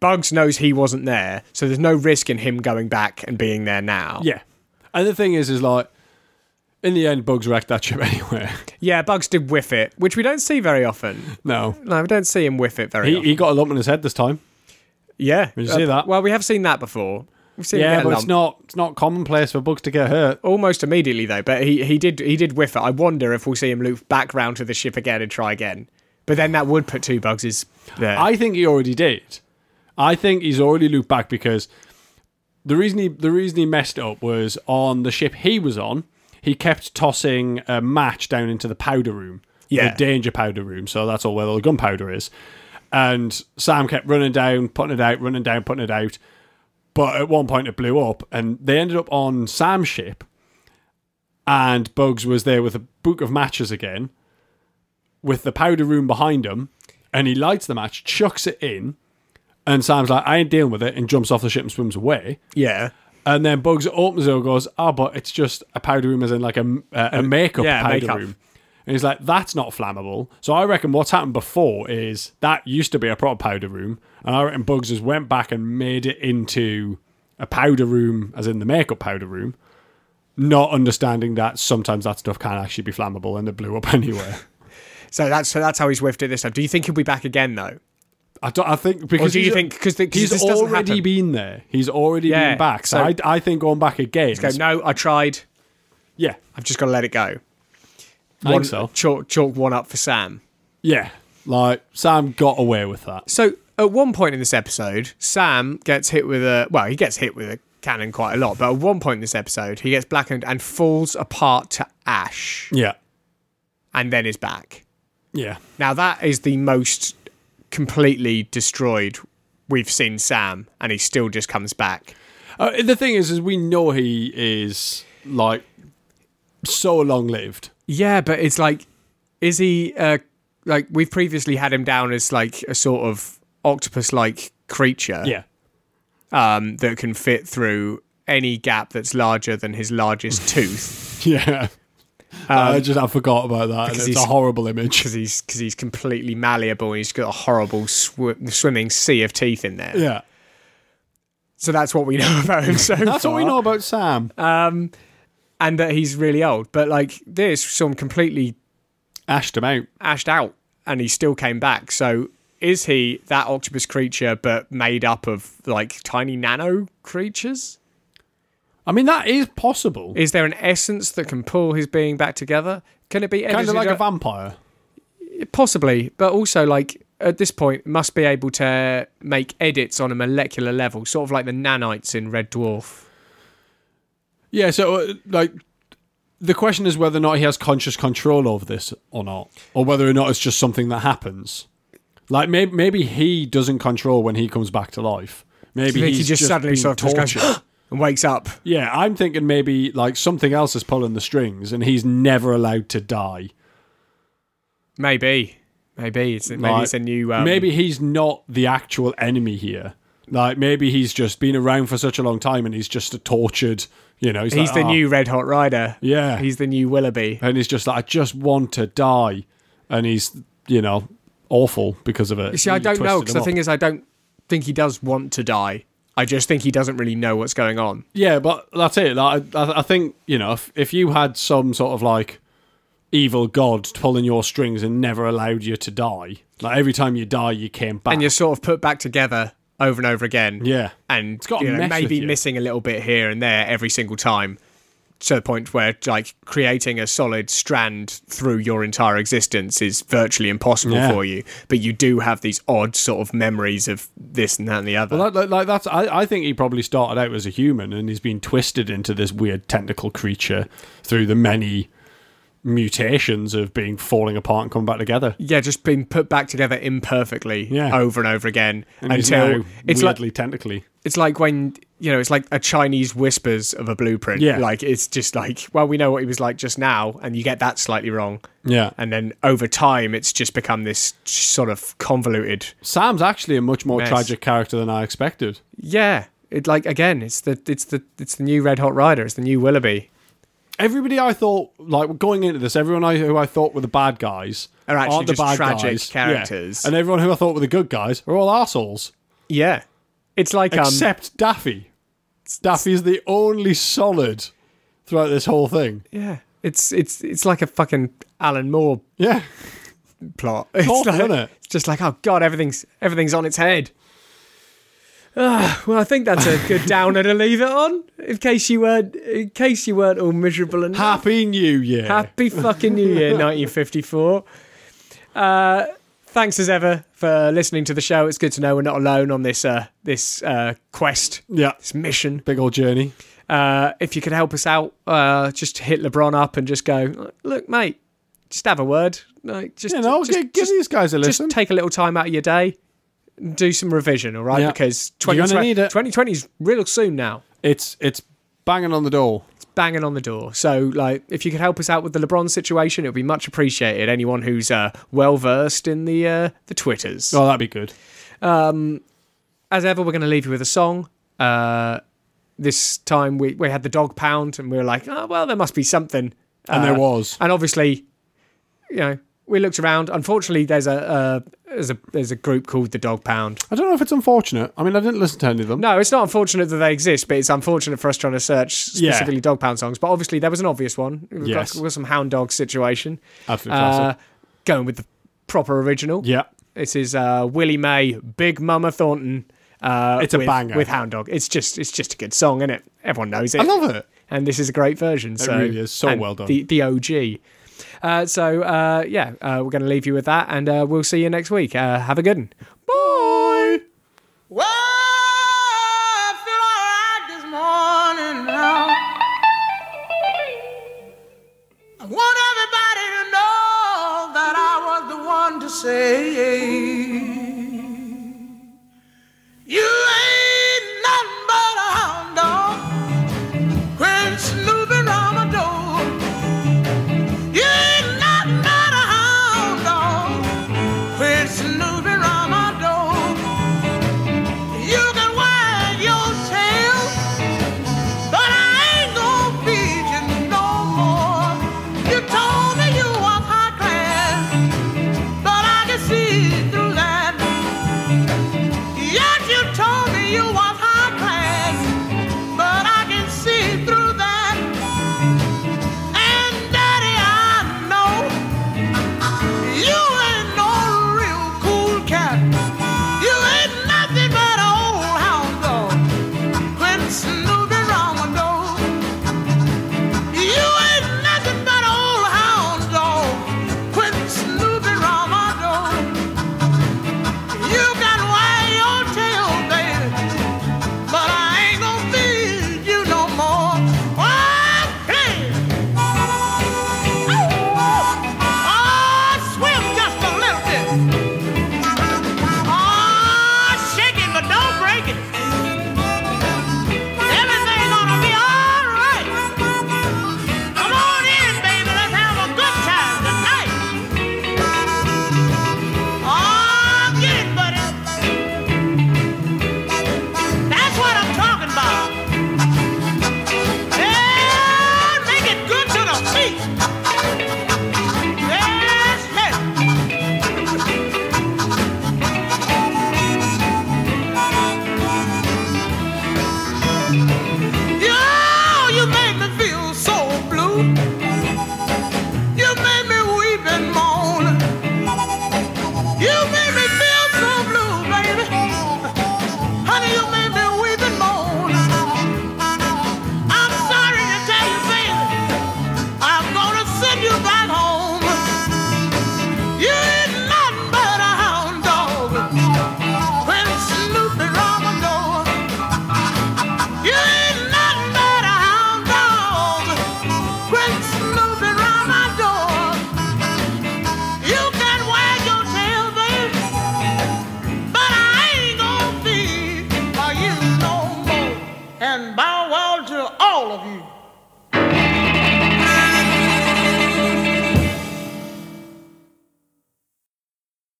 Bugs knows he wasn't there, so there's no risk in him going back and being there now.
yeah. And the thing is, is like in the end, Bugs wrecked that *laughs* ship anyway.
Yeah, Bugs did whiff it, which we don't see very often.
no,
No, we don't see him whiff it very
he,
often.
he got a lump in his head this time.
yeah. Uh,
Did you see that?
Well, we have seen that before. We've seen him
Yeah,
get a
but it's
lump.
not it's not commonplace for Bugs to get hurt.
almost immediately though, but he, he did he did whiff it. I wonder if we'll see him loop back round to the ship again and try again. But then that would put two Bugses there.
I think he already did. I think he's already looped back because the reason he the reason he messed up was on the ship he was on. He kept tossing a match down into the powder room,
Yeah.
the danger powder room. So that's all where all the gunpowder is. And Sam kept running down, putting it out, running down, putting it out. But at one point, it blew up, and they ended up on Sam's ship. And Bugs was there with a book of matches again, with the powder room behind him, and he lights the match, chucks it in, and Sam's like, "I ain't dealing with it," and jumps off the ship and swims away.
yeah.
And then Bugs opens it and goes, "Ah, but it's just a powder room, as in like a a, a makeup
Uh, yeah,
powder
makeup.
room." And he's like, "That's not flammable." So I reckon what's happened before is that used to be a proper powder room, and I reckon Bugs just went back and made it into a powder room, as in the makeup powder room, not understanding that sometimes that stuff can actually be flammable, and it blew up *laughs* anyway.
So that's so that's how he's whiffed it this time. Do you think he'll be back again though?
I, don't, I think because
do you
he's-
think- 'cause the- 'cause
he's
this doesn't
already
happen.
been there? He's already
Yeah,
been back. So,
so-
I, I think going back again.
Go, no, I tried.
Yeah,
I've just got to let it go.
I
One,
think so.
Chalk, chalk one up for Sam.
Yeah, like Sam got away with that.
So at one point in this episode, Sam gets hit with a well, he gets hit with a cannon quite a lot, but at one point in this episode, he gets blackened and falls apart to ash,
Yeah,
and then is back.
yeah,
Now that is the most completely destroyed we've seen Sam, and he still just comes back.
Uh, the thing is, is we know he is like so long lived.
Yeah, but it's like, is he uh, like we've previously had him down as like a sort of octopus-like creature um, that can fit through any gap that's larger than his largest tooth
*laughs* yeah. I just I forgot about that. and
because
It's a
he's-
horrible image. *laughs*
because he's because he's completely malleable and he's got a horrible sw- swimming sea of teeth in there.
Yeah,
So that's what we know *laughs* about him. So
that's what
far.
we
Um,
know about Sam.
and that he's really old. But like this, Sean completely
Ashed him out.
ashed out and he still came back. So is he that octopus creature but made up of like tiny nano creatures?
I mean, that is possible.
Is there an essence that can pull his being back together? Can it be
Kind
edited
of like a
out-
vampire.
possibly, but also like at this point must be able to make edits on a molecular level, sort of like the nanites in Red Dwarf.
Yeah, so uh, like the question is whether or not he has conscious control over this or not, or whether or not it's just something that happens. Like maybe maybe he doesn't control when he comes back to life. Maybe
Think
he's
he just, suddenly
been
sort of just
tortured. *laughs*
goes *gasps* and wakes up.
yeah, I'm thinking maybe like something else is pulling the strings, and he's never allowed to die.
Maybe, maybe it's maybe
Like,
it's a new um,
maybe he's not the actual enemy here. Like maybe he's just been around for such a long time, and he's just a tortured. You know, he's,
He's
like,
the
"Ah,
new Red Hot Rider.
Yeah.
He's the new Willoughby.
and he's just like, I just want to die, and he's you know awful because of it.
See, I
You
don't know
twisted
because
him
the
up.
thing is, I don't think he does want to die. I just think he doesn't really know what's going on.
yeah, but that's it. Like, I, I think you know, if if you had some sort of like evil god pulling your strings and never allowed you to die, like every time you die, you came back.
And you're sort of put back together over and over again.
yeah,
And
gotta
you know,
mess
maybe
with you.
missing a little bit here and there every single time to the point where like creating a solid strand through your entire existence is virtually impossible
Yeah.
for you. But you do have these odd sort of memories of this and that and the other.
Like, like, like that's I, I think he probably started out as a human and he's been twisted into this weird tentacle creature through the many mutations of being falling apart and coming back together.
Yeah, just being put back together imperfectly
Yeah.
over and over again
And he's
until
now
it's like
weirdly tentacly.
it's like when you know it's like a Chinese whispers of a blueprint.
Yeah.
like it's just like well we know what he was like just now, and you get that slightly wrong,
Yeah.
and then over time it's just become this sort of convoluted.
Sam's actually a much more
Mess.
tragic character than I expected.
Yeah, it like again it's the it's the it's the new Red Hot Rider, it's the new Willoughby.
Everybody I thought like going into this, everyone I, who I thought were the bad guys
Are actually
aren't the
just
bad
tragic
guys.
characters.
Yeah. and everyone who I thought were the good guys are all assholes
Yeah, it's like um
except Daffy. Daffy is the only solid throughout this whole thing.
yeah it's it's it's like a fucking Alan Moore
Yeah,
plot. *laughs* It's
awful,
like,
isn't it?
It's just like, oh god, everything's everything's on its head. Ah, well, I think that's a
*laughs*
good downer to leave it on. In case you weren't, in case you weren't all miserable and
Happy New Year.
happy fucking New
*laughs*
Year, 1954. Uh, thanks as ever for listening to the show. It's good to know we're not alone on this uh, this uh, quest,
yeah,
this mission.
big old journey.
Uh, if you could help us out, uh, just hit LeBron up and just go, look, mate, just have a word. Like, just,
You know,
just,
give, give
just-
these guys a listen.
just take a little time out of your day and do some revision, all right?
Yeah.
Because
You're gonna
2020
need it.
2020 is real soon now.
it's it's banging on the door.
It's banging on the door. So, like, if you could help us out with the LeBron situation, it would be much appreciated. Anyone who's uh, well versed in the uh, the Twitters.
Oh, that'd be good.
As ever, we're going to leave you with a song. Uh, this time we, we had the dog pound and we were like, oh, well, there must be something.
And
Uh,
there was.
and obviously, you know, we looked around. Unfortunately, there's a uh, there's a there's a group called the Dog Pound.
I don't know if it's unfortunate. I mean, I didn't listen to any of them.
No, it's not unfortunate that they exist, but it's unfortunate for us trying to search
Yeah.
specifically dog pound songs. But obviously, there was an obvious one. We've got-
Yes.
we've got some hound dog situation.
Absolute
Uh,
classic.
going with the proper original.
Yeah.
This is uh, Willie May, Big Mama Thornton. Uh,
It's a
with,
banger.
with Hound Dog. It's just it's just a good song, isn't it? Everyone knows it.
I love it.
And this is a great version. It so,
really is. So
and
well done.
The, the OG. Uh, so uh, yeah, uh, we're going to leave you with that, and uh, we'll see you next week. Uh, have a good one.
Bye.
Well, I feel alright this morning now. I want everybody to know that I was the one to say, You ain't nothing but a hound dog. Quit snooping around my door. You ain't nothing but a hound dog. Quit snooping around my door. You can wear your tail, but I ain't gonna feed you no more. You told me you was high class, but I can see through that. Yes, you told me you was high class, but I can see through that. And Daddy, I know you ain't no real cool cat. You ain't nothing but an old hound dog. Quit snooping around my door. You ain't nothing but an old hound dog. Quit snooping around my door. You can wag your tail, baby, but I ain't gonna feed you no more. Okay. Oh, swim just a little bit. Oh, shake it, but don't break it. Everything gonna be all right. Come on in, baby, let's have a good time tonight. Oh, get it, buddy. That's what I'm talking about. Yeah, make it good to the feet. Yes, yes. Yeah, you make me feel so blue.